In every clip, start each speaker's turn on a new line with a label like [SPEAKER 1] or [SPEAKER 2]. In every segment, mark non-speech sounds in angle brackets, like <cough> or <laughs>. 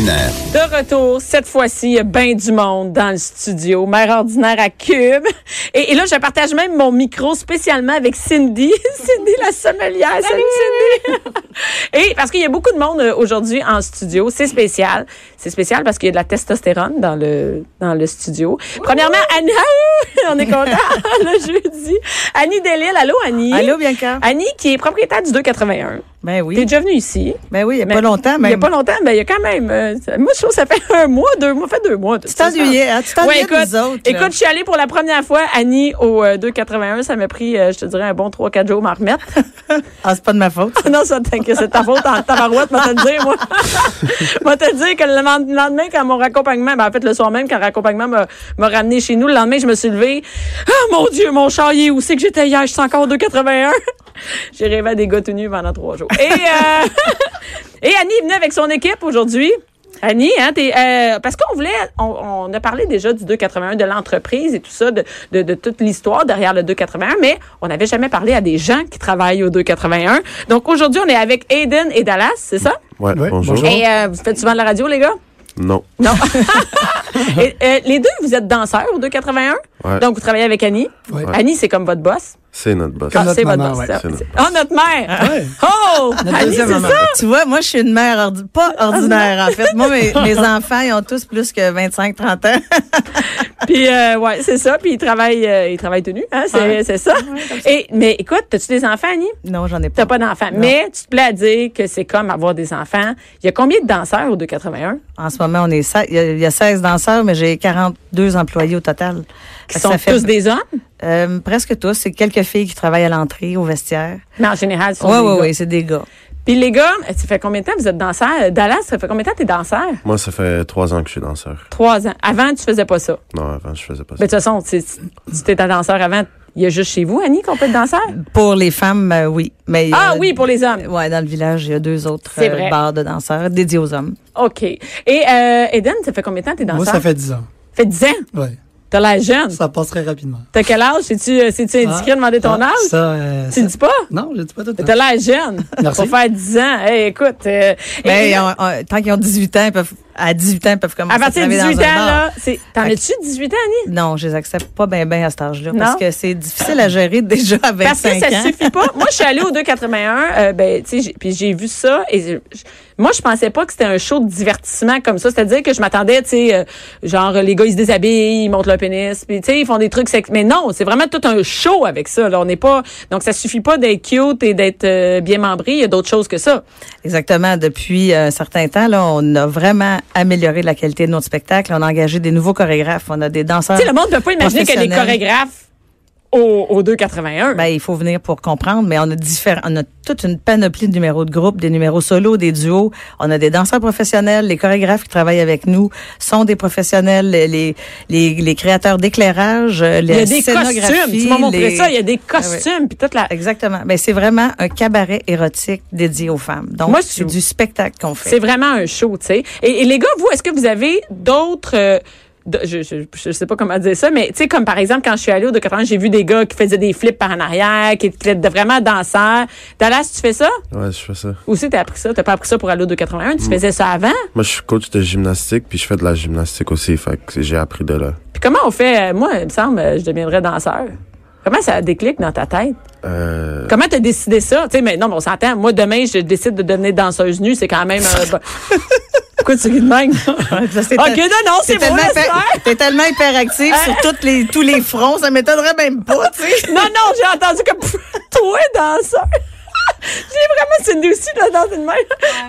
[SPEAKER 1] Ordinaire.
[SPEAKER 2] De retour, cette fois-ci, il y a ben du monde dans le studio. Mère ordinaire à Cube. Et, et là, je partage même mon micro spécialement avec Cindy. <laughs> Cindy, la sommelière. Salut, Cindy. <laughs> et parce qu'il y a beaucoup de monde euh, aujourd'hui en studio. C'est spécial. C'est spécial parce qu'il y a de la testostérone dans le, dans le studio. Premièrement, Annie, <laughs> Ah, on est content, <laughs> le jeudi. Annie Delille. Allô, Annie.
[SPEAKER 3] Allô, Bianca?
[SPEAKER 2] Annie, qui est propriétaire du 281.
[SPEAKER 3] Ben
[SPEAKER 2] T'es
[SPEAKER 3] oui.
[SPEAKER 2] déjà venue ici.
[SPEAKER 3] Ben oui, il n'y a
[SPEAKER 2] Mais
[SPEAKER 3] pas longtemps, mais.
[SPEAKER 2] Il n'y a pas longtemps, mais il y a quand même. euh, ça- moi, je trouve que ça fait <laughs> un mois, deux mois, fait deux mois.
[SPEAKER 3] Tu t'ennuyais, hein? Tu
[SPEAKER 2] Ouais,
[SPEAKER 3] t'ennuyais de
[SPEAKER 2] écoute,
[SPEAKER 3] nous autres. là.
[SPEAKER 2] écoute, je suis allée pour la première fois, Annie, au euh, 281. Ça m'a pris, euh, je te dirais, un bon 3-4 jours à m'en remettre. <laughs>
[SPEAKER 3] Ah, c'est pas de ma faute.
[SPEAKER 2] non, ça, t'inquiète, c'est ta faute en tabarouette, moi, te le dire, moi. <laughs> moi, te le dire que le lend- lendemain, quand mon raccompagnement, ben, en fait, le soir même, quand le raccompagnement m'a m'a ramené chez nous, le lendemain, je me suis levée. Ah, mon Dieu, mon char, il est où c'est que j'étais hier? Je suis encore au 281. <laughs> J'ai rêvé à des gars tout nus pendant trois jours. Et, euh, <laughs> et Annie est venue avec son équipe aujourd'hui. Annie, hein, t'es, euh, parce qu'on voulait, on, on a parlé déjà du 281, de l'entreprise et tout ça, de, de, de toute l'histoire derrière le 281, mais on n'avait jamais parlé à des gens qui travaillent au 281. Donc aujourd'hui, on est avec Aiden et Dallas, c'est ça?
[SPEAKER 4] Ouais,
[SPEAKER 5] Ouais,
[SPEAKER 4] bonjour.
[SPEAKER 5] bonjour.
[SPEAKER 2] Et euh, vous faites souvent de la radio, les gars?
[SPEAKER 4] Non. <laughs>
[SPEAKER 2] Non. Et, euh, les deux, vous êtes danseurs au 281,
[SPEAKER 4] Ouais.
[SPEAKER 2] donc vous travaillez avec Annie.
[SPEAKER 5] Ouais.
[SPEAKER 2] Annie, c'est comme votre boss. Ah,
[SPEAKER 4] C'est notre boss.
[SPEAKER 5] Comme- notre
[SPEAKER 2] c'est votre
[SPEAKER 5] maman,
[SPEAKER 2] boss.
[SPEAKER 5] ouais.
[SPEAKER 2] ça.
[SPEAKER 4] C'est notre
[SPEAKER 2] Oh, notre mère!
[SPEAKER 5] Ouais.
[SPEAKER 2] Oh!
[SPEAKER 3] Notre
[SPEAKER 2] Annie,
[SPEAKER 3] deuxième
[SPEAKER 2] c'est
[SPEAKER 3] maman.
[SPEAKER 2] ça? Ah,
[SPEAKER 3] Tu vois, moi, je suis une mère ordi- pas ordinaire, en fait. Moi, mes,
[SPEAKER 2] <laughs>
[SPEAKER 3] mes enfants, ils ont tous plus que 25, 30 ans. <laughs>
[SPEAKER 2] Puis euh, ouais, c'est ça. Puis il travaille, euh, il travaille tout nu, hein, c'est
[SPEAKER 3] Ouais.
[SPEAKER 2] c'est ça. Et mais écoute, t'as-tu des enfants, Annie
[SPEAKER 3] Non, j'en ai pas.
[SPEAKER 2] T'as pas d'enfants, mais tu te plais à dire que c'est comme avoir des enfants. Il y a combien de danseurs au 281
[SPEAKER 3] En ce moment, on est se- il y a- il y, a 16 danseurs, mais j'ai 42 employés au total.
[SPEAKER 2] qui
[SPEAKER 3] Fait que Ah, ça
[SPEAKER 2] sont
[SPEAKER 3] fait-
[SPEAKER 2] tous des hommes
[SPEAKER 3] euh, presque tous. C'est quelques filles qui travaillent à l'entrée, au vestiaire.
[SPEAKER 2] Mais en général, ce sont
[SPEAKER 3] Oui,
[SPEAKER 2] des
[SPEAKER 3] oui,
[SPEAKER 2] gars.
[SPEAKER 3] oui, c'est des gars.
[SPEAKER 2] Puis les gars, euh, ça fait combien de temps que vous êtes danseur Euh, Dallas, ça fait combien de temps que t'es danseur
[SPEAKER 4] Moi, ça fait trois ans que je suis danseur.
[SPEAKER 2] Trois ans. Avant, tu faisais pas ça.
[SPEAKER 4] Non, avant, je faisais pas
[SPEAKER 2] Mais
[SPEAKER 4] ça.
[SPEAKER 2] de toute façon, tu tu t'es un danseur avant. Il y a juste chez vous, Annie, qu'on peut être danseur
[SPEAKER 3] Pour les femmes, euh, oui. Mais,
[SPEAKER 2] Ah
[SPEAKER 3] euh,
[SPEAKER 2] oui, pour les hommes.
[SPEAKER 3] Ouais, dans le village, il y a deux autres
[SPEAKER 2] C'est
[SPEAKER 3] euh,
[SPEAKER 2] vrai.
[SPEAKER 3] bars de danseurs dédiés aux hommes.
[SPEAKER 2] Ok. Et euh, Eden, ça fait combien de temps que t'es danseur
[SPEAKER 5] Moi, ça fait 10 ans.
[SPEAKER 2] fait dix ans.
[SPEAKER 5] Ouais.
[SPEAKER 2] T'as l'air jeune.
[SPEAKER 5] Ça passe très rapidement.
[SPEAKER 2] T'as quel âge? C'est-tu euh, c'est-tu indiscret de demander ton
[SPEAKER 5] Ah,
[SPEAKER 2] âge?
[SPEAKER 5] Ça, euh,
[SPEAKER 2] Tu le
[SPEAKER 5] ça-
[SPEAKER 2] dis pas?
[SPEAKER 5] Non, je dis pas tout le
[SPEAKER 2] T'as
[SPEAKER 5] temps.
[SPEAKER 2] l'air jeune.
[SPEAKER 5] Merci.
[SPEAKER 2] Pour faire 10 ans. Hey, écoute. euh,
[SPEAKER 3] Mais
[SPEAKER 2] et-
[SPEAKER 3] Ben, on- on- tant qu'ils ont 18 ans, ils peuvent, à 18 ans, ils peuvent commencer
[SPEAKER 2] à partir de
[SPEAKER 3] travailler
[SPEAKER 2] 18 ans,
[SPEAKER 3] dans un bar.
[SPEAKER 2] là, c'est. T'en
[SPEAKER 3] Fait que-
[SPEAKER 2] as-tu 18 ans, Annie?
[SPEAKER 3] Non, je les accepte pas bien bien à cet âge-là.
[SPEAKER 2] Non?
[SPEAKER 3] Parce que c'est difficile à gérer déjà à 25
[SPEAKER 2] Parce que ça
[SPEAKER 3] ans.
[SPEAKER 2] suffit pas. Moi, je suis allée au 281, euh, ben, tu sais, j'ai- puis j'ai vu ça. Et je- je- moi, je pensais pas que c'était un show de divertissement comme ça. C'est-à-dire que je m'attendais, tu sais, euh, genre les gars ils se déshabillent, ils montent leur pénis, puis tu sais, ils font des trucs. sex- Mais non, c'est vraiment tout un show avec ça. Là, on n'est pas. Donc, ça suffit pas d'être cute et d'être euh, bien membré. Il y a d'autres choses que ça.
[SPEAKER 3] Exactement. Depuis euh, un certain temps, là, on a vraiment amélioré la qualité de notre spectacle. On a engagé des nouveaux chorégraphes. On a des danseurs.
[SPEAKER 2] Tu sais, le monde ne peut pas imaginer que des
[SPEAKER 3] Professionnel.
[SPEAKER 2] chorégraphes au, au 281.
[SPEAKER 3] Ben, il faut venir pour comprendre, mais on a différents, on a toute une panoplie de numéros de groupe, des numéros solos, des duos. On a des danseurs professionnels, les chorégraphes qui travaillent avec nous sont des professionnels, les les, les- les créateurs d'éclairage, euh,
[SPEAKER 2] il y a
[SPEAKER 3] les
[SPEAKER 2] des costumes. Tu m'as montré ça. Il y a des
[SPEAKER 3] Ah
[SPEAKER 2] costumes. Puis toute la.
[SPEAKER 3] Exactement. Ben, c'est vraiment un cabaret érotique dédié aux femmes. Donc,
[SPEAKER 2] Moi,
[SPEAKER 3] c'est
[SPEAKER 2] je-
[SPEAKER 3] du spectacle qu'on fait.
[SPEAKER 2] C'est vraiment un show, tu sais. Et, et les gars, vous, est-ce que vous avez d'autres. euh, de- je, je, je sais pas comment dire ça, mais tu sais, comme par exemple, quand je suis allée au 281, j'ai vu des gars qui faisaient des flips par en arrière, qui étaient de- vraiment danseurs. Dallas, tu fais ça?
[SPEAKER 4] Ouais, je fais ça.
[SPEAKER 2] Ou si t'as appris ça? T'as pas appris ça pour aller au 281? Tu faisais ça avant?
[SPEAKER 4] Moi, je suis coach de gymnastique, puis je fais de la gymnastique aussi. Fait que j'ai appris de là.
[SPEAKER 2] Puis comment on fait? euh, Moi, il me semble, euh, je deviendrais danseur. Comment ça déclic dans ta tête?
[SPEAKER 4] Euh,
[SPEAKER 2] Comment t'as décidé ça? Tu sais, mais non, mais on s'entend. Moi, demain, je décide de devenir danseuse nue. C'est quand même... euh, bah- Pourquoi tu ris de même? OK,
[SPEAKER 3] <laughs> Ça, c'est
[SPEAKER 2] non,
[SPEAKER 3] un-
[SPEAKER 2] non, c'est
[SPEAKER 3] T'es
[SPEAKER 2] bon,
[SPEAKER 3] tellement,
[SPEAKER 2] laisse
[SPEAKER 3] hyper-
[SPEAKER 2] faire.
[SPEAKER 3] t'es tellement hyperactive sur
[SPEAKER 2] Hein?
[SPEAKER 3] toutes les, tous les fronts, ça m'étonnerait même pas,
[SPEAKER 2] <laughs>
[SPEAKER 3] tu sais.
[SPEAKER 2] Non, non, j'ai entendu que pff, <laughs> toi, danseur. <laughs> J'ai vraiment Cindy aussi là, dans une main.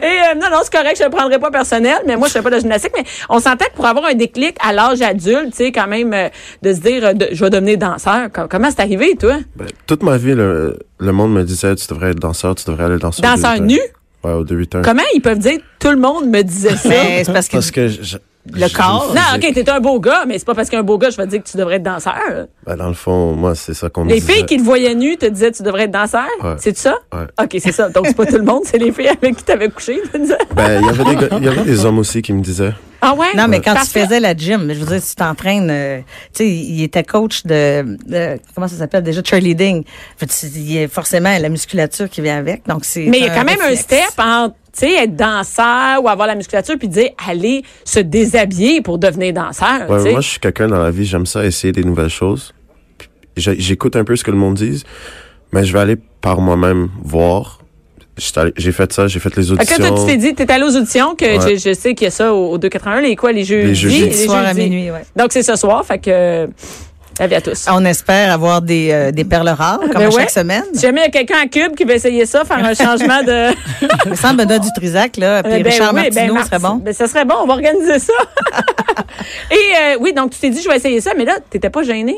[SPEAKER 2] Et euh, non, non, c'est correct, je le prendrai pas personnel, mais moi, je fais pas de gymnastique. Mais on s'entend que pour avoir un déclic à l'âge adulte, tu sais, quand même, euh, de se dire, euh, de- je vais devenir danseur. Com- Comment c'est arrivé, toi?
[SPEAKER 4] ben, toute ma vie, le, le monde me disait tu devrais être danseur, tu devrais aller danseur. au
[SPEAKER 2] Danseur
[SPEAKER 4] début.
[SPEAKER 2] nu?
[SPEAKER 4] Ouais, au début.
[SPEAKER 2] Comment ils peuvent dire, tout le monde me disait ça?
[SPEAKER 3] Mais c'est parce que,
[SPEAKER 4] Parce que je-
[SPEAKER 3] le
[SPEAKER 4] Je-
[SPEAKER 3] corps.
[SPEAKER 2] Non, OK, t'es un beau gars, mais c'est pas parce qu'un beau gars, je vais te dire que tu devrais être danseur.
[SPEAKER 4] Ben, dans le fond, moi, c'est ça qu'on me
[SPEAKER 2] Les
[SPEAKER 4] disait.
[SPEAKER 2] filles qui te voyaient nu te disaient tu devrais être danseur.
[SPEAKER 4] Ouais.
[SPEAKER 2] C'est ça?
[SPEAKER 4] Ouais.
[SPEAKER 2] OK, c'est ça. Donc, c'est pas tout le monde, c'est les filles avec qui t'avais couché. tu disais.
[SPEAKER 4] Ben, il y avait des
[SPEAKER 2] <laughs>
[SPEAKER 4] gars- il y avait des hommes aussi qui me disaient.
[SPEAKER 2] Ah ouais?
[SPEAKER 3] Non, mais quand tu
[SPEAKER 2] Parfait.
[SPEAKER 3] faisais la gym, je veux dire, si tu t'entraînes, euh, tu sais, il était coach de, de- comment ça s'appelle déjà, cheerleading. Fait que c'est- Il y a forcément la musculature qui vient avec, donc c'est.
[SPEAKER 2] Mais il y a quand même
[SPEAKER 3] réflexe.
[SPEAKER 2] un step hein, entre tu sais, être danseur ou avoir la musculature, puis dire aller se déshabiller pour devenir danseur.
[SPEAKER 4] Ouais,
[SPEAKER 2] tu sais.
[SPEAKER 4] moi, je suis quelqu'un dans la vie, j'aime ça, essayer des nouvelles choses. Puis j'ai- J'écoute un peu ce que le monde dise, mais je vais aller par moi-même voir. J'étais allé- J'ai fait ça, j'ai fait les
[SPEAKER 2] Fait que
[SPEAKER 4] auditions.
[SPEAKER 2] là, Ah, toi, tu t'es dit, t'es allé aux auditions, que
[SPEAKER 4] Ouais.
[SPEAKER 2] je, je sais qu'il y a ça au, au 281, les quoi, les jeux
[SPEAKER 4] Les jeudis.
[SPEAKER 3] Jeudi soir à minuit, Ah. ouais.
[SPEAKER 2] Donc, c'est ce soir, fait que, euh, la vie à tous.
[SPEAKER 3] On espère avoir des, euh, des perles
[SPEAKER 2] <laughs>
[SPEAKER 3] rares, comme
[SPEAKER 2] Ben
[SPEAKER 3] à
[SPEAKER 2] ouais.
[SPEAKER 3] chaque semaine.
[SPEAKER 2] Si jamais il y a quelqu'un à Cube qui veut essayer ça, faire
[SPEAKER 3] <laughs>
[SPEAKER 2] un changement de...
[SPEAKER 3] Sans Benoît Dutrisac, là, puis
[SPEAKER 2] Euh, ben
[SPEAKER 3] Richard
[SPEAKER 2] oui, ben
[SPEAKER 3] Martineau
[SPEAKER 2] Marti-
[SPEAKER 3] serait bon.
[SPEAKER 2] ben, ça serait bon, on va organiser
[SPEAKER 3] <laughs>
[SPEAKER 2] ça. <laughs> Et euh, oui, donc tu t'es dit, je vais essayer ça, mais là, t'étais pas gêné.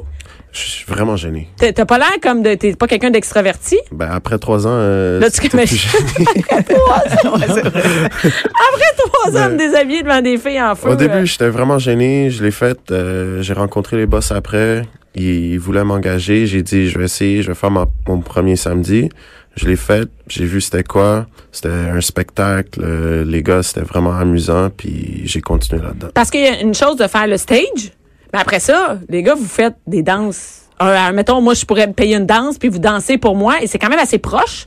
[SPEAKER 4] Je suis vraiment gêné.
[SPEAKER 2] T'as t'as pas l'air comme de. T'es pas quelqu'un d'extraverti.
[SPEAKER 4] Ben, après trois ans, euh,
[SPEAKER 2] Là, tu
[SPEAKER 4] c'était
[SPEAKER 2] connais-
[SPEAKER 4] plus
[SPEAKER 2] <laughs>
[SPEAKER 4] gêné.
[SPEAKER 2] Après trois
[SPEAKER 4] Ben,
[SPEAKER 2] hommes déshabillés devant des filles en feu.
[SPEAKER 4] Au
[SPEAKER 2] euh,
[SPEAKER 4] début, j'étais vraiment gêné. Je l'ai fait. euh, j'ai rencontré les boss après. Ils, ils voulaient m'engager. J'ai dit, je vais essayer. Je vais faire ma- mon premier samedi. Je l'ai fait. J'ai vu c'était quoi. C'était un spectacle. euh, les gars, c'était vraiment amusant. Puis j'ai continué là-dedans.
[SPEAKER 2] Parce qu'il y a une chose de faire le stage, mais après ça, les gars, vous faites des danses. Un à un. mettons, moi, je pourrais me payer une danse, puis vous dansez pour moi, et c'est quand même assez proche.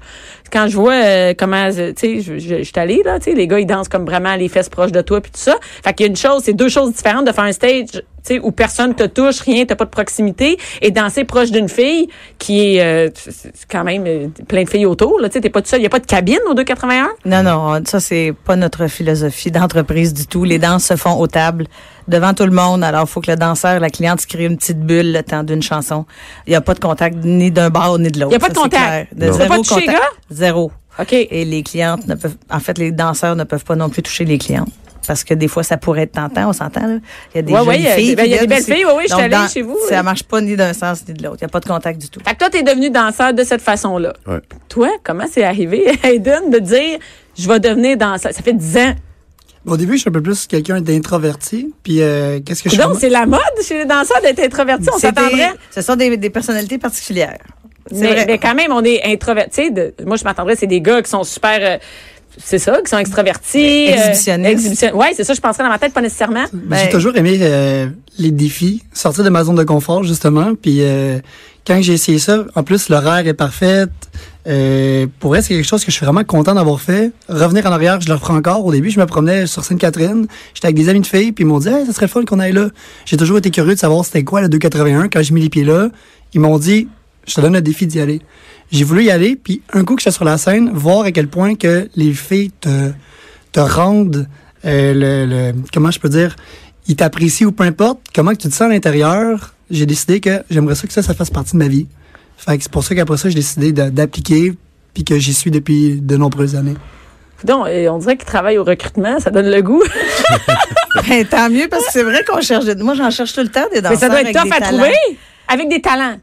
[SPEAKER 2] Quand je vois euh, comment, euh, tu sais, je, je, je suis allée, là, tu sais, les gars, ils dansent comme vraiment les fesses proches de toi, puis tout ça. Fait qu'il y a une chose, c'est deux choses différentes de faire un stage, tu sais, où personne te touche, rien, t'as pas de proximité, et danser proche d'une fille qui est euh, c'est- c'est quand même euh, plein de filles autour, là, tu sais, t'es pas tout seul. Il y a pas de cabine au 281?
[SPEAKER 3] Non, non, on- ça, c'est pas notre philosophie d'entreprise du tout. Les danses se font aux tables, devant tout le monde. Alors, faut que le danseur, la cliente, se crée une petite bulle le temps d'une chanson. Il n'y a pas de contact ni d'un bar ni de l'autre.
[SPEAKER 2] Il y a pas de
[SPEAKER 3] Ça, c'est
[SPEAKER 2] contact.
[SPEAKER 3] clair. De
[SPEAKER 4] Non.
[SPEAKER 3] zéro
[SPEAKER 2] Pas de toucher,
[SPEAKER 3] contact.
[SPEAKER 2] gars?
[SPEAKER 3] Zéro.
[SPEAKER 2] OK.
[SPEAKER 3] Et les clientes ne peuvent, en fait, les danseurs ne peuvent pas non plus toucher les clientes. Parce que des fois, ça pourrait être tentant, on s'entend, là. Il y a des
[SPEAKER 2] Ouais,
[SPEAKER 3] jolies
[SPEAKER 2] ouais, il y a-
[SPEAKER 3] filles.
[SPEAKER 2] ben, il y a
[SPEAKER 3] qui
[SPEAKER 2] des belles
[SPEAKER 3] dansent aussi.
[SPEAKER 2] filles, ouais, ouais, je suis
[SPEAKER 3] Donc,
[SPEAKER 2] allée
[SPEAKER 3] dans-
[SPEAKER 2] chez vous,
[SPEAKER 3] Ça
[SPEAKER 2] ouais.
[SPEAKER 3] marche pas ni d'un sens ni de l'autre. Il n'y a pas de contact du tout.
[SPEAKER 2] Fait que toi, t'es devenu danseur de cette façon-là.
[SPEAKER 4] Ouais.
[SPEAKER 2] Toi, comment c'est arrivé, <laughs> Hayden, de dire je vais devenir danseur? Ça fait 10 ans.
[SPEAKER 1] Au début, je suis un peu plus quelqu'un d'introverti. Puis euh, qu'est-ce que je
[SPEAKER 2] Donc,
[SPEAKER 1] suis?
[SPEAKER 2] c'est la mode chez les danseurs d'être introverti. On
[SPEAKER 3] C'est des-
[SPEAKER 2] s'attendrait.
[SPEAKER 3] Ce sont des, des personnalités particulières. C'est
[SPEAKER 2] Mais,
[SPEAKER 3] vrai.
[SPEAKER 2] mais quand même, on est introverti. De- Moi, je m'attendrais, c'est des gars qui sont super. euh, c'est ça, qui sont extravertis. euh,
[SPEAKER 3] Exhibitionnistes.
[SPEAKER 2] exhibition- Ouais, c'est ça, je penserais dans ma tête, pas nécessairement.
[SPEAKER 1] Mais J'ai
[SPEAKER 3] Ben-
[SPEAKER 1] toujours aimé euh, les défis, sortir de ma zone de confort, justement. Puis euh, quand j'ai essayé ça, en plus, l'horaire est parfait. Euh, pour vrai, c'est quelque chose que je suis vraiment content d'avoir fait. Revenir en arrière, je le reprends encore. Au début, je me promenais sur Sainte-Catherine. J'étais avec des amis de filles, puis ils m'ont dit hey, « ça serait le fun qu'on aille là ». J'ai toujours été curieux de savoir c'était quoi le 281. Quand j'ai mis les pieds là, ils m'ont dit « je te donne le défi d'y aller ». J'ai voulu y aller, puis un coup que j'étais sur la scène, voir à quel point que les filles te, te rendent euh, le, le- Comment je peux dire Ils t'apprécient ou peu importe, comment que tu te sens à l'intérieur, j'ai décidé que j'aimerais ça que ça, ça fasse partie de ma vie. Fait que c'est pour ça qu'après ça, j'ai décidé de- d'appliquer, puis que j'y suis depuis de nombreuses années.
[SPEAKER 2] Donc, euh, on dirait qu'ils travaillent au recrutement, ça donne le goût. <laughs>
[SPEAKER 3] Ben, tant mieux, parce que c'est vrai qu'on cherche. de- Moi, j'en cherche tout le temps des
[SPEAKER 2] mais
[SPEAKER 3] danseurs.
[SPEAKER 2] ça doit être
[SPEAKER 3] avec
[SPEAKER 2] tough
[SPEAKER 3] des
[SPEAKER 2] à
[SPEAKER 3] talents.
[SPEAKER 2] trouver avec des talents.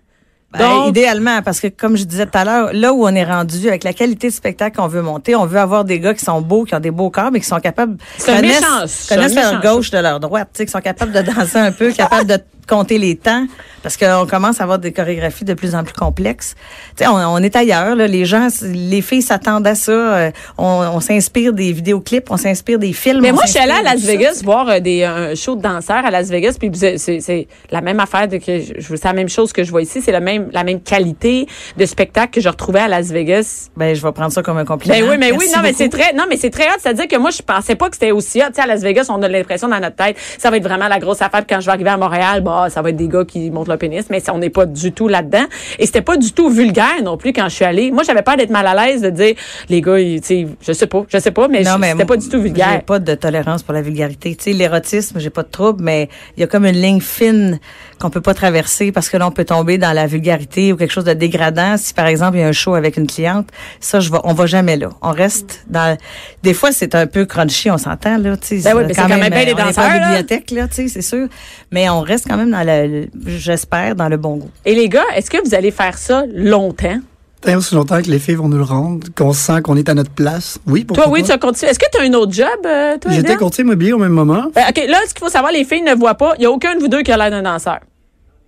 [SPEAKER 3] Ben,
[SPEAKER 2] Donc-
[SPEAKER 3] idéalement, parce que comme je disais tout à l'heure, là où on est rendu, avec la qualité de spectacle qu'on veut monter, on veut avoir des gars qui sont beaux, qui ont des beaux corps, mais qui sont capables
[SPEAKER 2] C'est un
[SPEAKER 3] connaissent,
[SPEAKER 2] méchant, c'est
[SPEAKER 3] connaissent
[SPEAKER 2] un
[SPEAKER 3] leur
[SPEAKER 2] méchant,
[SPEAKER 3] gauche de leur droite, tu sais, qui sont capables de danser un peu, <laughs> capables de compter les temps, parce qu'on commence à avoir des chorégraphies de plus en plus complexes. Tu sais, on, on est ailleurs, là, les gens, les filles s'attendent à ça. euh, on on s'inspire des vidéoclips, on s'inspire des films.
[SPEAKER 2] Mais
[SPEAKER 3] on
[SPEAKER 2] moi, je suis allée
[SPEAKER 3] s'inspire
[SPEAKER 2] à
[SPEAKER 3] de
[SPEAKER 2] Las
[SPEAKER 3] ça.
[SPEAKER 2] Vegas voir euh, des, un show de danseurs à Las Vegas, puis c'est- c'est c'est la même affaire de que je- je- c'est la même chose que je vois ici, c'est la même la même qualité de spectacle que je retrouvais à Las Vegas.
[SPEAKER 3] Ben, je vais prendre ça comme un compliment.
[SPEAKER 2] Ben oui, mais oui,
[SPEAKER 3] Merci
[SPEAKER 2] non, mais
[SPEAKER 3] beaucoup.
[SPEAKER 2] c'est très, non, mais c'est très hot. C'est-à-dire que moi, je pensais pas que c'était aussi hot. Tu sais, à Las Vegas, on a l'impression dans notre tête, ça va être vraiment la grosse affaire. Puis quand je vais arriver à Montréal, bah, ça va être des gars qui montent leur pénis, mais ça, on n'est pas du tout là-dedans. Et c'était pas du tout vulgaire non plus quand je suis allée. Moi, j'avais peur d'être mal à l'aise de dire, les gars, ils- tu sais, je sais pas, je sais pas, mais,
[SPEAKER 3] Non,
[SPEAKER 2] je-
[SPEAKER 3] mais
[SPEAKER 2] c'était pas du tout
[SPEAKER 3] J'ai
[SPEAKER 2] vulgaire.
[SPEAKER 3] pas de tolérance pour la vulgarité. Tu sais, l'érotisme, j'ai pas de trouble, mais il y a comme une ligne fine qu'on peut pas traverser parce que là, on peut tomber dans la vulgarité ou quelque chose de dégradant. Si, par exemple, il y a un show avec une cliente, ça, je vais, on va jamais là. On reste dans, des fois, c'est un peu crunchy, on s'entend, là, tu sais.
[SPEAKER 2] Ben oui, mais c'est quand même bien
[SPEAKER 3] euh,
[SPEAKER 2] les
[SPEAKER 3] on est pas
[SPEAKER 2] danseurs,
[SPEAKER 3] à la
[SPEAKER 2] là.
[SPEAKER 3] bibliothèque, là, tu sais, c'est sûr. Mais on reste quand même dans le, le- j'espère, dans le bon goût.
[SPEAKER 2] Et les gars, est-ce que vous allez faire ça longtemps?
[SPEAKER 1] tant et aussi longtemps que les filles vont nous le rendre, qu'on sent qu'on est à notre place. Oui, pourquoi
[SPEAKER 2] Toi, oui,
[SPEAKER 1] pas?
[SPEAKER 2] tu as continué. Est-ce que tu as un autre job, euh, toi,
[SPEAKER 1] J'étais
[SPEAKER 2] Hélène?
[SPEAKER 1] courtier immobilier au même moment.
[SPEAKER 2] Euh, OK, là, ce qu'il faut savoir, les filles ne voient pas. Il n'y a aucun de vous deux qui a l'air d'un danseur.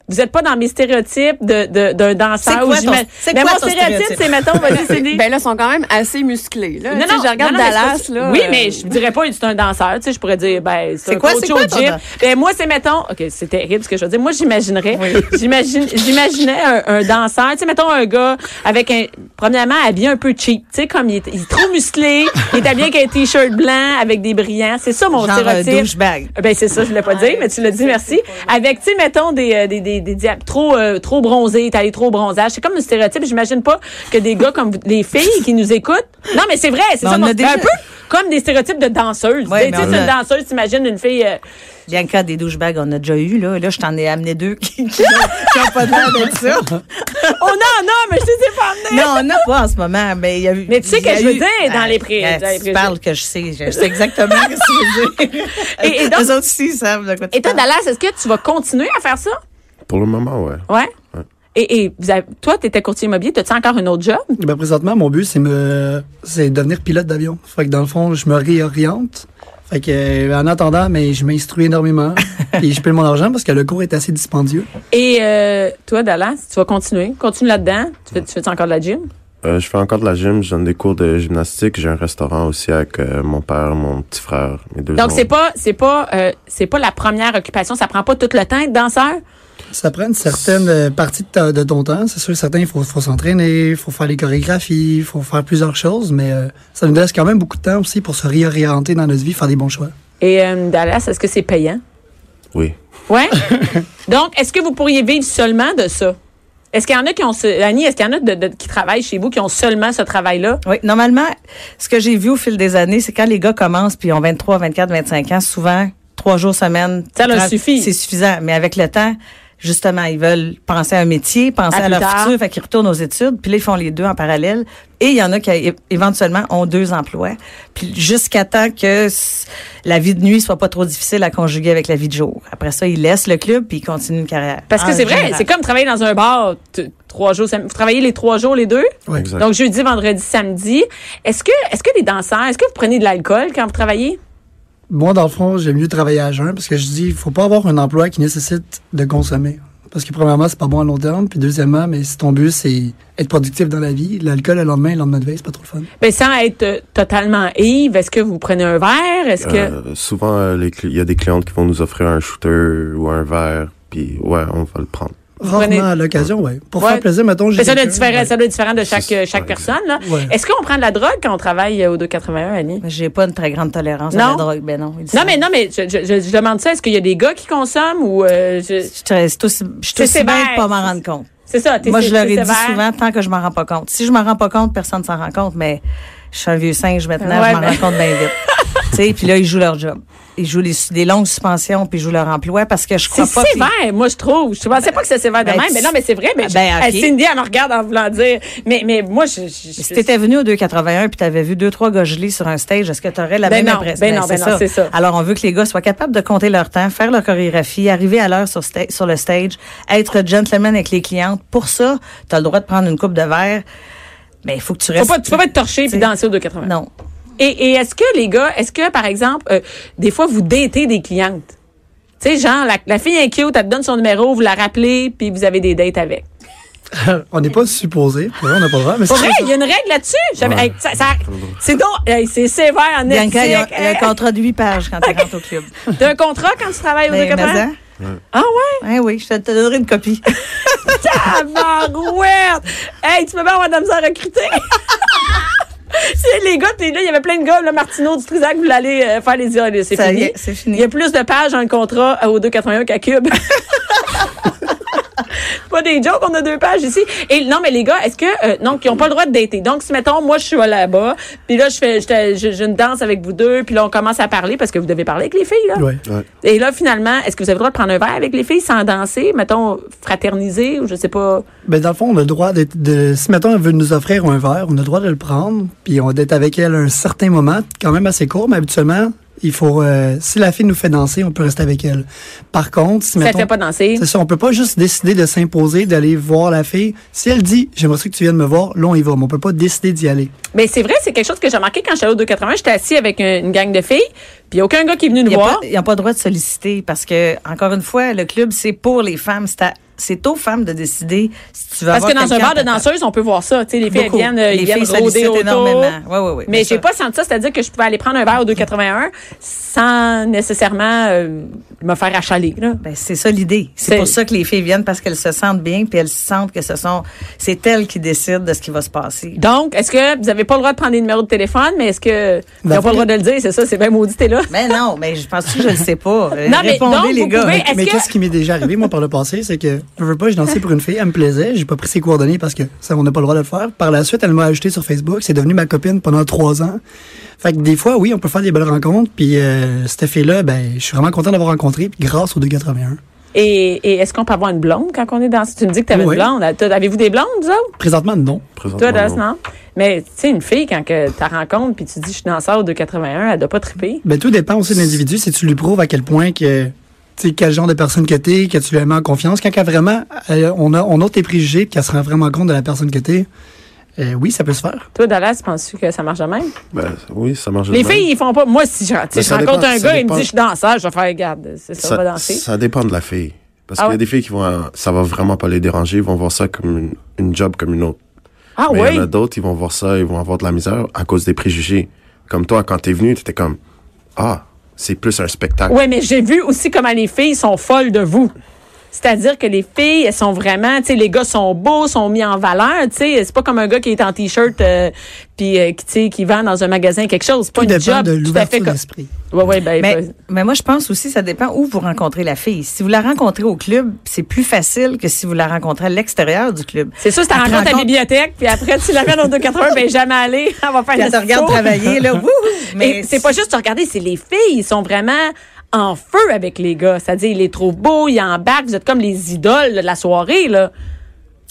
[SPEAKER 2] Vous n'êtes pas dans mes stéréotypes de- de- d'un danseur.
[SPEAKER 3] C'est quoi
[SPEAKER 2] où
[SPEAKER 3] ton-
[SPEAKER 2] j'imagine-
[SPEAKER 3] c'est
[SPEAKER 2] Mais
[SPEAKER 3] quoi
[SPEAKER 2] mon
[SPEAKER 3] ton
[SPEAKER 2] stéréotype,
[SPEAKER 3] stéréotype?
[SPEAKER 2] c'est, mettons,
[SPEAKER 3] <laughs>
[SPEAKER 2] vas-y, c'est des-
[SPEAKER 5] Ben là, ils sont quand même assez musclés. Là. Tu sais, je regarde
[SPEAKER 2] non, non, mais
[SPEAKER 5] Dallas.
[SPEAKER 2] c'est-
[SPEAKER 5] Là,
[SPEAKER 2] Oui,
[SPEAKER 5] euh,
[SPEAKER 2] mais je dirais pas c'est un danseur. Tu sais, je pourrais dire, ben, c'est
[SPEAKER 3] C'est
[SPEAKER 2] un
[SPEAKER 3] quoi-
[SPEAKER 2] coach
[SPEAKER 3] c'est quoi
[SPEAKER 2] au
[SPEAKER 3] ton
[SPEAKER 2] gym.
[SPEAKER 3] dan-
[SPEAKER 2] Ben, moi, c'est, mettons, OK, c'est terrible ce que je veux dire. Moi, j'imaginerais, <laughs> j'imagine, j'imaginais un, un danseur, tu sais, mettons un gars avec un, premièrement, habillé un peu cheap, tu sais, comme il est, il est trop musclé, il est habillé avec un t-shirt blanc, avec des brillants. C'est ça, mon
[SPEAKER 3] Genre euh,
[SPEAKER 2] stéréotype.
[SPEAKER 3] douchebag.
[SPEAKER 2] Ben c'est ça, je voulais pas dire, mais tu l'as dit, merci. Avec, tu sais, mettons des euh, des des, des diables trop euh, trop bronzés, t'as les trop bronzage. C'est comme un stéréotype. J'imagine pas que des gars comme vous- les filles qui nous écoutent. Non, mais c'est vrai, c'est
[SPEAKER 3] Mais
[SPEAKER 2] ça.
[SPEAKER 3] on
[SPEAKER 2] mon-
[SPEAKER 3] a
[SPEAKER 2] ben,
[SPEAKER 3] déjà-
[SPEAKER 2] Un peu comme des stéréotypes de danseuses.
[SPEAKER 3] Ouais,
[SPEAKER 2] tu
[SPEAKER 3] mais
[SPEAKER 2] sais,
[SPEAKER 3] on
[SPEAKER 2] c'est une
[SPEAKER 3] a-
[SPEAKER 2] danseuse, t'imagines une fille. euh,
[SPEAKER 3] Bianca, des douchebags, on a déjà eu. Là, là je t'en ai amené deux qui n'ont <laughs> pas l'air d'être ça.
[SPEAKER 2] Oh non, non, mais je t'ai pas emmené.
[SPEAKER 3] Non, on n'a pas en ce moment. Mais, il y a eu-
[SPEAKER 2] Mais tu sais
[SPEAKER 3] il y a
[SPEAKER 2] que je veux
[SPEAKER 3] eu-
[SPEAKER 2] dire dans les pré-
[SPEAKER 3] Ah,
[SPEAKER 2] dans les
[SPEAKER 3] tu
[SPEAKER 2] préjugés.
[SPEAKER 3] parles que je sais. Je sais exactement ce que tu veux dire.
[SPEAKER 2] <laughs> Et- et donc-
[SPEAKER 3] Eux autres aussi ils savent de quoi tu
[SPEAKER 2] Et toi,
[SPEAKER 3] parles.
[SPEAKER 2] Dallas, est-ce que tu vas continuer à faire ça?
[SPEAKER 4] Pour le moment, ouais.
[SPEAKER 2] Ouais. Et, et vous avez- toi, t'étais courtier immobilier, t'as-tu encore une autre job?
[SPEAKER 1] Ben, présentement, mon but, c'est me, c'est devenir pilote d'avion. Fait que dans le fond, je me réoriente. Fait que, euh, en attendant, mais je m'instruis
[SPEAKER 2] <laughs>
[SPEAKER 1] énormément. et je paie mon argent parce que le cours est assez dispendieux.
[SPEAKER 2] Et euh, toi, Dallas, tu vas continuer? Continue là-dedans? Tu fais, tu fais encore de la gym?
[SPEAKER 4] Euh, je fais encore de la gym, je donne des cours de gymnastique, j'ai un restaurant aussi avec euh, mon père, mon petit frère, mes deux
[SPEAKER 2] Donc
[SPEAKER 4] oncles.
[SPEAKER 2] c'est pas c'est pas euh, c'est pas la première occupation, ça prend pas tout le temps être danseur.
[SPEAKER 1] Ça prend une certaine euh, partie de, ta- de ton temps. C'est sûr, certains, il faut, faut s'entraîner, il faut faire les chorégraphies, il faut faire plusieurs choses, mais euh, ça nous laisse quand même beaucoup de temps aussi pour se réorienter dans notre vie, faire des bons choix.
[SPEAKER 2] Et euh, Dallas, est-ce que c'est payant
[SPEAKER 4] Oui. <laughs>
[SPEAKER 2] Ouais. Donc est-ce que vous pourriez vivre seulement de ça Est-ce qu'il y en a qui ont ce, Annie, est-ce qu'il y en a de- de- qui travaillent chez vous qui ont seulement ce travail là
[SPEAKER 3] Oui, normalement, ce que j'ai vu au fil des années, c'est quand les gars commencent puis ils ont 23, 24, 25 ans, souvent, trois jours semaine.
[SPEAKER 2] Ça leur
[SPEAKER 3] tra-
[SPEAKER 2] suffit.
[SPEAKER 3] C'est suffisant. Mais avec le temps, justement, ils veulent penser à un métier, penser
[SPEAKER 2] À
[SPEAKER 3] à,
[SPEAKER 2] plus
[SPEAKER 3] leur
[SPEAKER 2] tard.
[SPEAKER 3] futur, fait qu'ils retournent aux études, puis là, ils font les deux en parallèle. Et il y en a qui, é- éventuellement, ont deux emplois. Puis jusqu'à temps que s- la vie de nuit soit pas trop difficile à conjuguer avec la vie de jour. Après ça, ils laissent le club puis ils continuent une carrière.
[SPEAKER 2] Parce que
[SPEAKER 3] En
[SPEAKER 2] c'est vrai,
[SPEAKER 3] Ah, général.
[SPEAKER 2] c'est comme travailler dans un bar t- trois jours, sam- vous travaillez les trois jours les deux.
[SPEAKER 1] Ouais.
[SPEAKER 4] Exact.
[SPEAKER 2] Donc jeudi, vendredi, samedi. Est-ce que est-ce que les danseurs, est-ce que vous prenez de l'alcool quand vous travaillez
[SPEAKER 1] Moi, dans le fond, j'aime mieux travailler à jeun parce que je dis, il faut pas avoir un emploi qui nécessite de consommer. Parce que premièrement, c'est pas bon à long terme, puis deuxièmement, mais si ton but c'est être productif dans la vie, l'alcool le lendemain, le lendemain de veille, c'est pas trop le fun.
[SPEAKER 2] Ben sans être euh, totalement ivre, est-ce que vous prenez un verre Est-ce que
[SPEAKER 4] Euh, souvent, euh, les cli- il y a des clientes qui vont nous offrir un shooter ou un verre, puis ouais, on va le prendre.
[SPEAKER 1] Rarement
[SPEAKER 2] prenez-
[SPEAKER 1] à l'occasion, ouais. Pour
[SPEAKER 2] Ouais.
[SPEAKER 1] faire plaisir, mettons, j'ai.
[SPEAKER 2] Mais ça doit être
[SPEAKER 1] quelqu'un-
[SPEAKER 2] différent, ça doit être différent de chaque,
[SPEAKER 4] C'est-
[SPEAKER 2] euh, chaque
[SPEAKER 4] ouais,
[SPEAKER 2] personne. Là.
[SPEAKER 1] Ouais.
[SPEAKER 2] Est-ce qu'on prend de la drogue quand on travaille euh, au 281, Annie?
[SPEAKER 3] Mais J'ai pas une très grande tolérance
[SPEAKER 2] Non.
[SPEAKER 3] à la drogue. Ben non. ils le
[SPEAKER 2] Non,
[SPEAKER 3] savent.
[SPEAKER 2] mais non, mais je, je- je- je demande ça. Est-ce qu'il y a des gars qui consomment ou... euh, je-
[SPEAKER 3] Je suis très- c'est aussi- je suis
[SPEAKER 2] C'est
[SPEAKER 3] aussi bien
[SPEAKER 2] sévère.
[SPEAKER 3] de pas m'en rendre compte.
[SPEAKER 2] C'est ça, t'es
[SPEAKER 3] Moi, je
[SPEAKER 2] t'es
[SPEAKER 3] leur ai dit
[SPEAKER 2] sévère.
[SPEAKER 3] souvent, tant que je m'en rends pas compte. Si je m'en rends pas compte, personne ne s'en rend compte, mais je suis un vieux singe maintenant,
[SPEAKER 2] Ouais,
[SPEAKER 3] je m'en
[SPEAKER 2] mais-
[SPEAKER 3] rends compte bien
[SPEAKER 2] <laughs>
[SPEAKER 3] vite. tu sais, puis là, ils jouent leur job. Ils jouent les, des longues suspensions, puis ils jouent leur emploi parce que je crois
[SPEAKER 2] C'est
[SPEAKER 3] pas que-
[SPEAKER 2] sévère, moi, je trouve. Je pensais pas que c'est sévère de
[SPEAKER 3] ben,
[SPEAKER 2] même,
[SPEAKER 3] tu-
[SPEAKER 2] mais non, mais c'est vrai. Mais je-
[SPEAKER 3] Ben, ok.
[SPEAKER 2] euh, Cindy, elle me regarde en voulant dire. Mais, mais moi, je... je- je-
[SPEAKER 3] Si t'étais venu au 281 puis t'avais vu deux trois gars gelés sur un stage, est-ce que t'aurais la
[SPEAKER 2] Ben
[SPEAKER 3] même
[SPEAKER 2] non,
[SPEAKER 3] impression
[SPEAKER 2] ben non, ben non, c'est ça.
[SPEAKER 3] Alors on veut que les gars soient capables de compter leur temps, faire leur chorégraphie, arriver à l'heure sur, sta- sur le stage, être gentleman avec les clientes. Pour ça, t'as le droit de prendre une coupe de verre, mais il faut que tu
[SPEAKER 2] faut
[SPEAKER 3] restes.
[SPEAKER 2] pas, tu peux pas être torché puis
[SPEAKER 3] T'sais.
[SPEAKER 2] danser au 281.
[SPEAKER 3] Non.
[SPEAKER 2] Et, et est-ce que les gars, est-ce que par exemple, euh, des fois vous datez des clientes? Tu sais, genre, la, la fille est cute, elle te donne son numéro, vous la rappelez, puis vous avez des dates avec.
[SPEAKER 1] on n'est pas supposé, pour vrai, on n'a pas le droit, mais
[SPEAKER 2] Pour
[SPEAKER 1] c'est
[SPEAKER 2] vrai,
[SPEAKER 1] ça.
[SPEAKER 2] il y a une règle là-dessus. J'avais-
[SPEAKER 4] Ouais.
[SPEAKER 2] hey, ça- ça- c'est donc, hey, c'est sévère en
[SPEAKER 3] Bianca, il y a,
[SPEAKER 2] éthique.
[SPEAKER 3] il y a un contrat de 8 pages quand tu rentres
[SPEAKER 2] <laughs>
[SPEAKER 3] au club.
[SPEAKER 2] T'as un contrat quand tu travailles au
[SPEAKER 3] Mais, mais
[SPEAKER 2] Décapant?
[SPEAKER 3] hein?
[SPEAKER 2] Ah ouais?
[SPEAKER 3] Hein, oui, je te te donnerai une copie.
[SPEAKER 2] <laughs> Tabarouette! Hey, tu peux pas avoir de la misère à recruter? <laughs> C'est les gars, t'es là, il y avait plein de gars, là, Martineau du Trisac voulait aller euh, faire les iris. C'est
[SPEAKER 3] Ça y
[SPEAKER 2] fini.
[SPEAKER 3] est, c'est fini.
[SPEAKER 2] Il y a plus de pages dans le contrat euh, au 281 qu'à Cube. <laughs> pas des jokes, on a deux pages ici. Et non, mais les gars, est-ce que euh, non, ils ont pas le droit de dater. Donc, si mettons, moi, je suis là-bas, puis là, je fais, je, te- je- je ne danse avec vous deux, puis là, on commence à parler parce que vous devez parler avec les filles là.
[SPEAKER 1] Ouais.
[SPEAKER 4] Ouais.
[SPEAKER 2] Et là, finalement, est-ce que vous avez le droit de prendre un verre avec les filles sans danser, mettons, fraterniser ou je sais pas.
[SPEAKER 1] Ben, dans le fond, on a le droit d'être. De, si, mettons, elle veut nous offrir un verre, on a le droit de le prendre, puis on d'être avec elle à un certain moment, quand même assez court, mais habituellement, Il faut, euh, si la fille nous fait danser, on peut rester avec elle. Par contre, si
[SPEAKER 2] Ça
[SPEAKER 1] mettons-
[SPEAKER 2] fait pas danser.
[SPEAKER 1] c'est ça, on peut pas juste décider de s'imposer, d'aller voir la fille. Si elle dit, j'aimerais ça que tu viennes me voir, là, on y va, mais on peut pas décider d'y aller.
[SPEAKER 2] Mais c'est vrai, c'est quelque chose que j'ai remarqué quand j'étais allée au 280. J'étais assis avec une, une gang de filles, puis y a aucun gars qui est venu nous
[SPEAKER 3] Il n'y a,
[SPEAKER 2] voir.
[SPEAKER 3] pas- y a pas le droit de solliciter parce que, encore une fois, le club, c'est pour les femmes. C'est à- C'est aux femmes de décider si tu vas
[SPEAKER 2] Parce que
[SPEAKER 3] avoir
[SPEAKER 2] dans un
[SPEAKER 3] quelqu'un
[SPEAKER 2] bar de
[SPEAKER 3] à ta-
[SPEAKER 2] danseuses, on peut voir ça. Tu sais, les filles elles
[SPEAKER 3] Beaucoup.
[SPEAKER 2] viennent, euh,
[SPEAKER 3] Les
[SPEAKER 2] ils viennent
[SPEAKER 3] filles
[SPEAKER 2] rôder
[SPEAKER 3] sollicitent
[SPEAKER 2] autour.
[SPEAKER 3] énormément. Oui, oui, oui,
[SPEAKER 2] Mais
[SPEAKER 3] bien
[SPEAKER 2] j'ai
[SPEAKER 3] sûr.
[SPEAKER 2] pas senti ça. C'est-à-dire que je pouvais aller prendre un verre au 281 sans nécessairement euh, me faire achaler. Là.
[SPEAKER 3] Ben, c'est ça l'idée.
[SPEAKER 2] C'est-
[SPEAKER 3] C'est pour ça que les filles viennent parce qu'elles se sentent bien puis elles sentent que ce sont c'est elles qui décident de ce qui va se passer.
[SPEAKER 2] Donc, est-ce que vous avez pas le droit de prendre les numéros de téléphone, mais est-ce que vous
[SPEAKER 1] Ben,
[SPEAKER 2] n'avez pas le droit de le dire? C'est ça, c'est bien maudit, t'es là.
[SPEAKER 3] Mais non, mais je pense que je ne sais pas. Euh,
[SPEAKER 2] <laughs> Non, mais
[SPEAKER 3] Répondez,
[SPEAKER 2] donc,
[SPEAKER 3] les
[SPEAKER 2] vous
[SPEAKER 3] gars.
[SPEAKER 2] pouvez- Est-ce
[SPEAKER 1] Mais
[SPEAKER 2] que-
[SPEAKER 1] qu'est-ce qui m'est déjà arrivé, moi, par le passé, c'est que, je veux pas, j'ai dansé pour une fille, elle me plaisait, j'ai pas pris ses coordonnées parce que ça, on n'a pas le droit de le faire. Par la suite, elle m'a ajouté sur Facebook, c'est devenu ma copine pendant trois ans. Fait que des fois, oui, on peut faire des belles rencontres, puis euh, cette fille-là, ben, je suis vraiment content d'avoir rencontré, puis grâce au 281.
[SPEAKER 2] Et, et est-ce qu'on peut avoir une blonde quand on est dans. Tu me dis que t'avais
[SPEAKER 1] Oui.
[SPEAKER 2] une blonde. T'as- Avez-vous des blondes, vous autres?
[SPEAKER 1] Présentement, non.
[SPEAKER 4] Présentement,
[SPEAKER 2] Toi, Dallas,
[SPEAKER 4] non.
[SPEAKER 2] non? Mais, tu sais, une fille, quand que tu la rencontres puis tu dis, je suis danseur au 281, elle doit pas triper.
[SPEAKER 1] Ben, tout dépend aussi de l'individu. Si tu lui prouves à quel point que, tu sais, quel genre de personne que t'es, que tu lui mets en confiance, quand qu'elle vraiment, elle- on a, on a tes préjugés, puis qu'elle se rend vraiment compte de la personne que t'es, euh, oui, ça peut se faire.
[SPEAKER 2] Toi, Dallas, penses-tu que ça marche de même?
[SPEAKER 4] Ben, oui, ça marche. de
[SPEAKER 2] Les
[SPEAKER 4] même.
[SPEAKER 2] filles, ils font pas. Moi, si je, si je
[SPEAKER 4] Mais ça
[SPEAKER 2] rencontre
[SPEAKER 4] dépend,
[SPEAKER 2] un
[SPEAKER 4] ça
[SPEAKER 2] gars, il me
[SPEAKER 4] dépend.
[SPEAKER 2] dit, je suis danseur, je vais faire, regarde, c'est ça, on va danser.
[SPEAKER 4] ça dépend de la fille. Parce
[SPEAKER 2] Ah
[SPEAKER 4] qu'il y
[SPEAKER 2] ouais?
[SPEAKER 4] a des filles qui vont, euh, ça va vraiment pas les déranger, ils vont voir ça comme une, une job comme une autre.
[SPEAKER 2] ah
[SPEAKER 4] Mais il
[SPEAKER 2] oui?
[SPEAKER 4] y en a d'autres, ils vont voir ça, ils vont avoir de la misère à cause des préjugés. Comme toi, quand t'es venu, t'étais comme, ah, c'est plus un spectacle.
[SPEAKER 2] Oui, mais j'ai vu aussi comment les filles sont folles de vous. C'est-à-dire que les filles, elles sont vraiment, tu sais, les gars sont beaux, sont mis en valeur, tu sais. C'est pas comme un gars qui est en t-shirt euh, puis euh, qui, tu sais, qui vend dans un magasin quelque chose. C'est pas
[SPEAKER 1] Tout
[SPEAKER 2] une
[SPEAKER 1] dépend
[SPEAKER 2] job
[SPEAKER 1] de
[SPEAKER 2] tout à
[SPEAKER 1] l'ouverture
[SPEAKER 2] fait comme.
[SPEAKER 1] d'esprit.
[SPEAKER 2] Ouais, ouais, ben,
[SPEAKER 3] Mais,
[SPEAKER 2] ben,
[SPEAKER 3] mais moi, je pense aussi, ça dépend où vous rencontrez la fille. Si vous la rencontrez au club, c'est plus facile que si vous la rencontrez à l'extérieur du club.
[SPEAKER 2] C'est sûr, si tu
[SPEAKER 3] Elle te
[SPEAKER 2] rencontres à la
[SPEAKER 3] rencontre-
[SPEAKER 2] bibliothèque, puis après, tu l'amènes au 280, ben jamais aller. <laughs> On va faire
[SPEAKER 3] Puis elle
[SPEAKER 2] le
[SPEAKER 3] te regarde
[SPEAKER 2] saut. <laughs>
[SPEAKER 3] travailler, là, wouhou!
[SPEAKER 2] Et
[SPEAKER 3] Mais
[SPEAKER 2] c'est pas juste te regarder, c'est les filles, ils sont vraiment en feu avec les gars. C'est-à-dire, ils les trouvent beaux, ils embarquent, vous êtes comme les idoles de la soirée, là.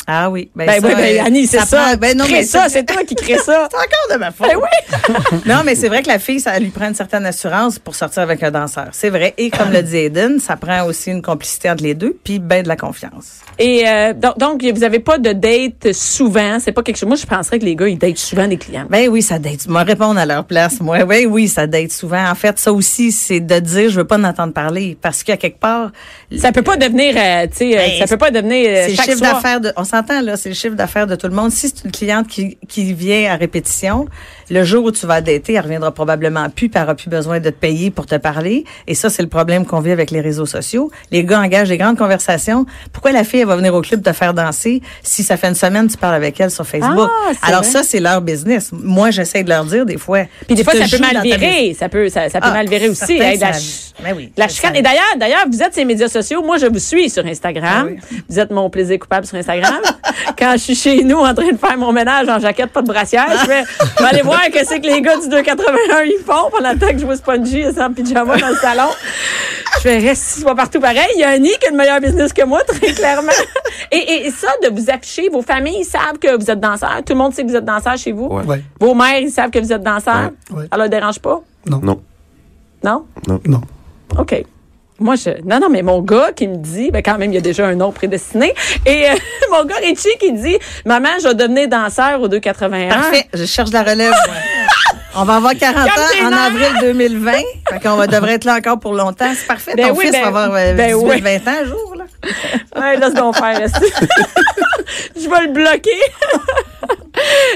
[SPEAKER 3] Ah oui.
[SPEAKER 2] Ben,
[SPEAKER 3] ça,
[SPEAKER 2] oui, ben,
[SPEAKER 3] euh,
[SPEAKER 2] Annie, c'est ça.
[SPEAKER 3] prend- Ben non,
[SPEAKER 2] Crée
[SPEAKER 3] mais
[SPEAKER 2] ça, c'est toi qui crée
[SPEAKER 3] <laughs>
[SPEAKER 2] ça.
[SPEAKER 3] C'est encore de ma faute.
[SPEAKER 2] Ben oui!
[SPEAKER 3] <laughs> non, mais c'est vrai que la fille, ça lui prend une certaine assurance pour sortir avec un danseur. C'est vrai. Et comme le dit Aiden, ça prend aussi une complicité entre les deux, puis ben de la confiance.
[SPEAKER 2] Et euh, donc, donc, vous avez pas de date souvent. C'est pas quelque chose. Moi, je penserais que les gars, ils datent souvent des clients.
[SPEAKER 3] Ben oui, ça date. Moi, répondre à leur place. Moi, oui, oui, ça date souvent. En fait, ça aussi, c'est de dire, je veux pas en entendre parler, parce qu'à quelque part,
[SPEAKER 2] Ça peut pas devenir, euh, tu sais, euh,
[SPEAKER 3] Ben,
[SPEAKER 2] ça peut pas devenir euh,
[SPEAKER 3] c'est le
[SPEAKER 2] chaque
[SPEAKER 3] chiffre
[SPEAKER 2] soir.
[SPEAKER 3] d'affaires de, on s'entend là, c'est le chiffre d'affaires de tout le monde. Si c'est une cliente qui, qui vient à répétition, le jour où tu vas dater, elle reviendra probablement plus, puis elle aura plus besoin de te payer pour te parler. Et ça, c'est le problème qu'on vit avec les réseaux sociaux. Les gars engagent des grandes conversations. Pourquoi la fille elle va venir au club te faire danser si ça fait une semaine tu parles avec elle sur Facebook
[SPEAKER 2] Ah, c'est
[SPEAKER 3] Alors
[SPEAKER 2] vrai.
[SPEAKER 3] ça, c'est leur business. Moi, j'essaie de leur dire des fois.
[SPEAKER 2] Puis des
[SPEAKER 3] tu
[SPEAKER 2] fois,
[SPEAKER 3] te
[SPEAKER 2] ça peut
[SPEAKER 3] joues
[SPEAKER 2] mal
[SPEAKER 3] dans ta business.
[SPEAKER 2] virer. Ça peut, ça, ça peut
[SPEAKER 3] Ah,
[SPEAKER 2] mal virer aussi.
[SPEAKER 3] certain,
[SPEAKER 2] Hey, la,
[SPEAKER 3] ça-
[SPEAKER 2] ch-
[SPEAKER 3] ben oui,
[SPEAKER 2] la
[SPEAKER 3] ça-
[SPEAKER 2] chicane.
[SPEAKER 3] ça-
[SPEAKER 2] Et d'ailleurs, d'ailleurs, vous êtes sur les médias sociaux. Moi, je vous suis sur
[SPEAKER 3] Ah
[SPEAKER 2] Instagram. Vous êtes mon plaisir coupable sur Instagram.
[SPEAKER 3] <laughs>
[SPEAKER 2] Quand je suis chez nous en train de faire mon ménage en jaquette, pas de brassière, je vais, je vais aller voir que c'est que les gars du 281 ils font pendant le temps que je vois spongy et sans pyjama dans le salon. Je vais rester pas partout pareil. Il y a Annie qui a le meilleur business que moi, très clairement. Et, et, et ça, de vous afficher, vos familles ils savent que vous êtes danseur. Tout le monde sait que vous êtes danseur chez vous.
[SPEAKER 4] Ouais.
[SPEAKER 1] Ouais.
[SPEAKER 2] Vos mères, ils savent que vous êtes danseur.
[SPEAKER 1] Ouais, ouais.
[SPEAKER 2] Ça leur dérange pas?
[SPEAKER 4] Non,
[SPEAKER 2] Non?
[SPEAKER 4] non.
[SPEAKER 1] Non.
[SPEAKER 2] OK. Moi, je. Non, non, mais mon gars qui me dit, ben quand même, il y a déjà un nom prédestiné. Et euh, <laughs> mon gars Richie qui dit Maman, je vais devenir danseur au 281.
[SPEAKER 3] Parfait, Hein? je cherche la relève.
[SPEAKER 2] <laughs>
[SPEAKER 3] moi. On va avoir 40 ans en
[SPEAKER 2] Capitaine!
[SPEAKER 3] avril 2020. Fait
[SPEAKER 2] <laughs>
[SPEAKER 3] qu'on va- devrait être là encore pour longtemps. C'est parfait.
[SPEAKER 2] Ben
[SPEAKER 3] Ton
[SPEAKER 2] oui,
[SPEAKER 3] fils
[SPEAKER 2] ben-
[SPEAKER 3] va avoir euh,
[SPEAKER 2] ben
[SPEAKER 3] 18,
[SPEAKER 2] oui.
[SPEAKER 3] 20 ans un jour. Là.
[SPEAKER 2] Ouais, laisse donc faire. laisse. <laughs> je vais le bloquer.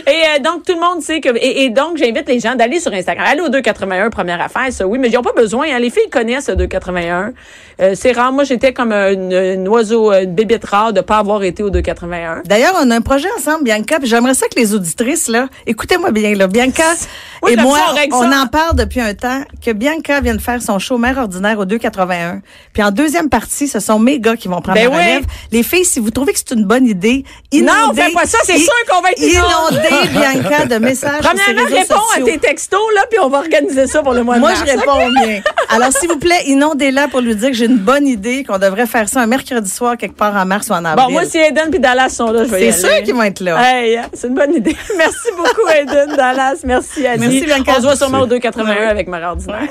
[SPEAKER 2] et euh, donc, tout le monde sait que. Et, et donc, j'invite les gens d'aller sur Instagram. Allez au 281, première affaire, ça, oui, mais ils n'ont pas besoin. hein. Les filles connaissent le 281. Euh, c'est rare. Moi, j'étais comme euh, une, une oiseau, euh, une bébête rare de pas avoir été au 281.
[SPEAKER 3] D'ailleurs, on a un projet ensemble, Bianca. Puis j'aimerais ça que les auditrices, là, écoutez-moi bien, là. Bianca
[SPEAKER 2] <laughs> Oui,
[SPEAKER 3] et
[SPEAKER 2] j'aime
[SPEAKER 3] moi,
[SPEAKER 2] ça, on règle
[SPEAKER 3] on
[SPEAKER 2] ça.
[SPEAKER 3] en parle depuis un temps que Bianca vient de faire son show Mère ordinaire au 281. Puis en deuxième partie, ce sont mes gars qui vont prendre
[SPEAKER 2] Ben
[SPEAKER 3] la
[SPEAKER 2] oui.
[SPEAKER 3] relève. Les filles, si vous trouvez que c'est une bonne idée, inondez.
[SPEAKER 2] Non, fais pas ça, c'est
[SPEAKER 3] i-
[SPEAKER 2] sûr qu'on va être inondés.
[SPEAKER 3] inondez Bianca de messages. sur ses
[SPEAKER 2] Premièrement,
[SPEAKER 3] réseaux
[SPEAKER 2] réponds à
[SPEAKER 3] sociaux.
[SPEAKER 2] tes textos, là, puis on va organiser ça pour le mois de
[SPEAKER 3] Moi,
[SPEAKER 2] mars.
[SPEAKER 3] je réponds bien. Alors, s'il vous plaît, inondez-la pour lui dire que j'ai une bonne idée, qu'on devrait faire ça un mercredi soir quelque part en mars ou en avril.
[SPEAKER 2] Bon, moi, si Eden puis Dallas sont là, je vais y
[SPEAKER 3] C'est
[SPEAKER 2] aller.
[SPEAKER 3] sûr qu'ils vont être là.
[SPEAKER 2] Hey, hein, c'est une bonne idée. <laughs> Merci beaucoup, Eden, Dallas. Merci, Annie.
[SPEAKER 3] Merci, Bianca.
[SPEAKER 2] On se voit sûrement au
[SPEAKER 4] Merci.
[SPEAKER 2] 281 avec Marie Ordinaire.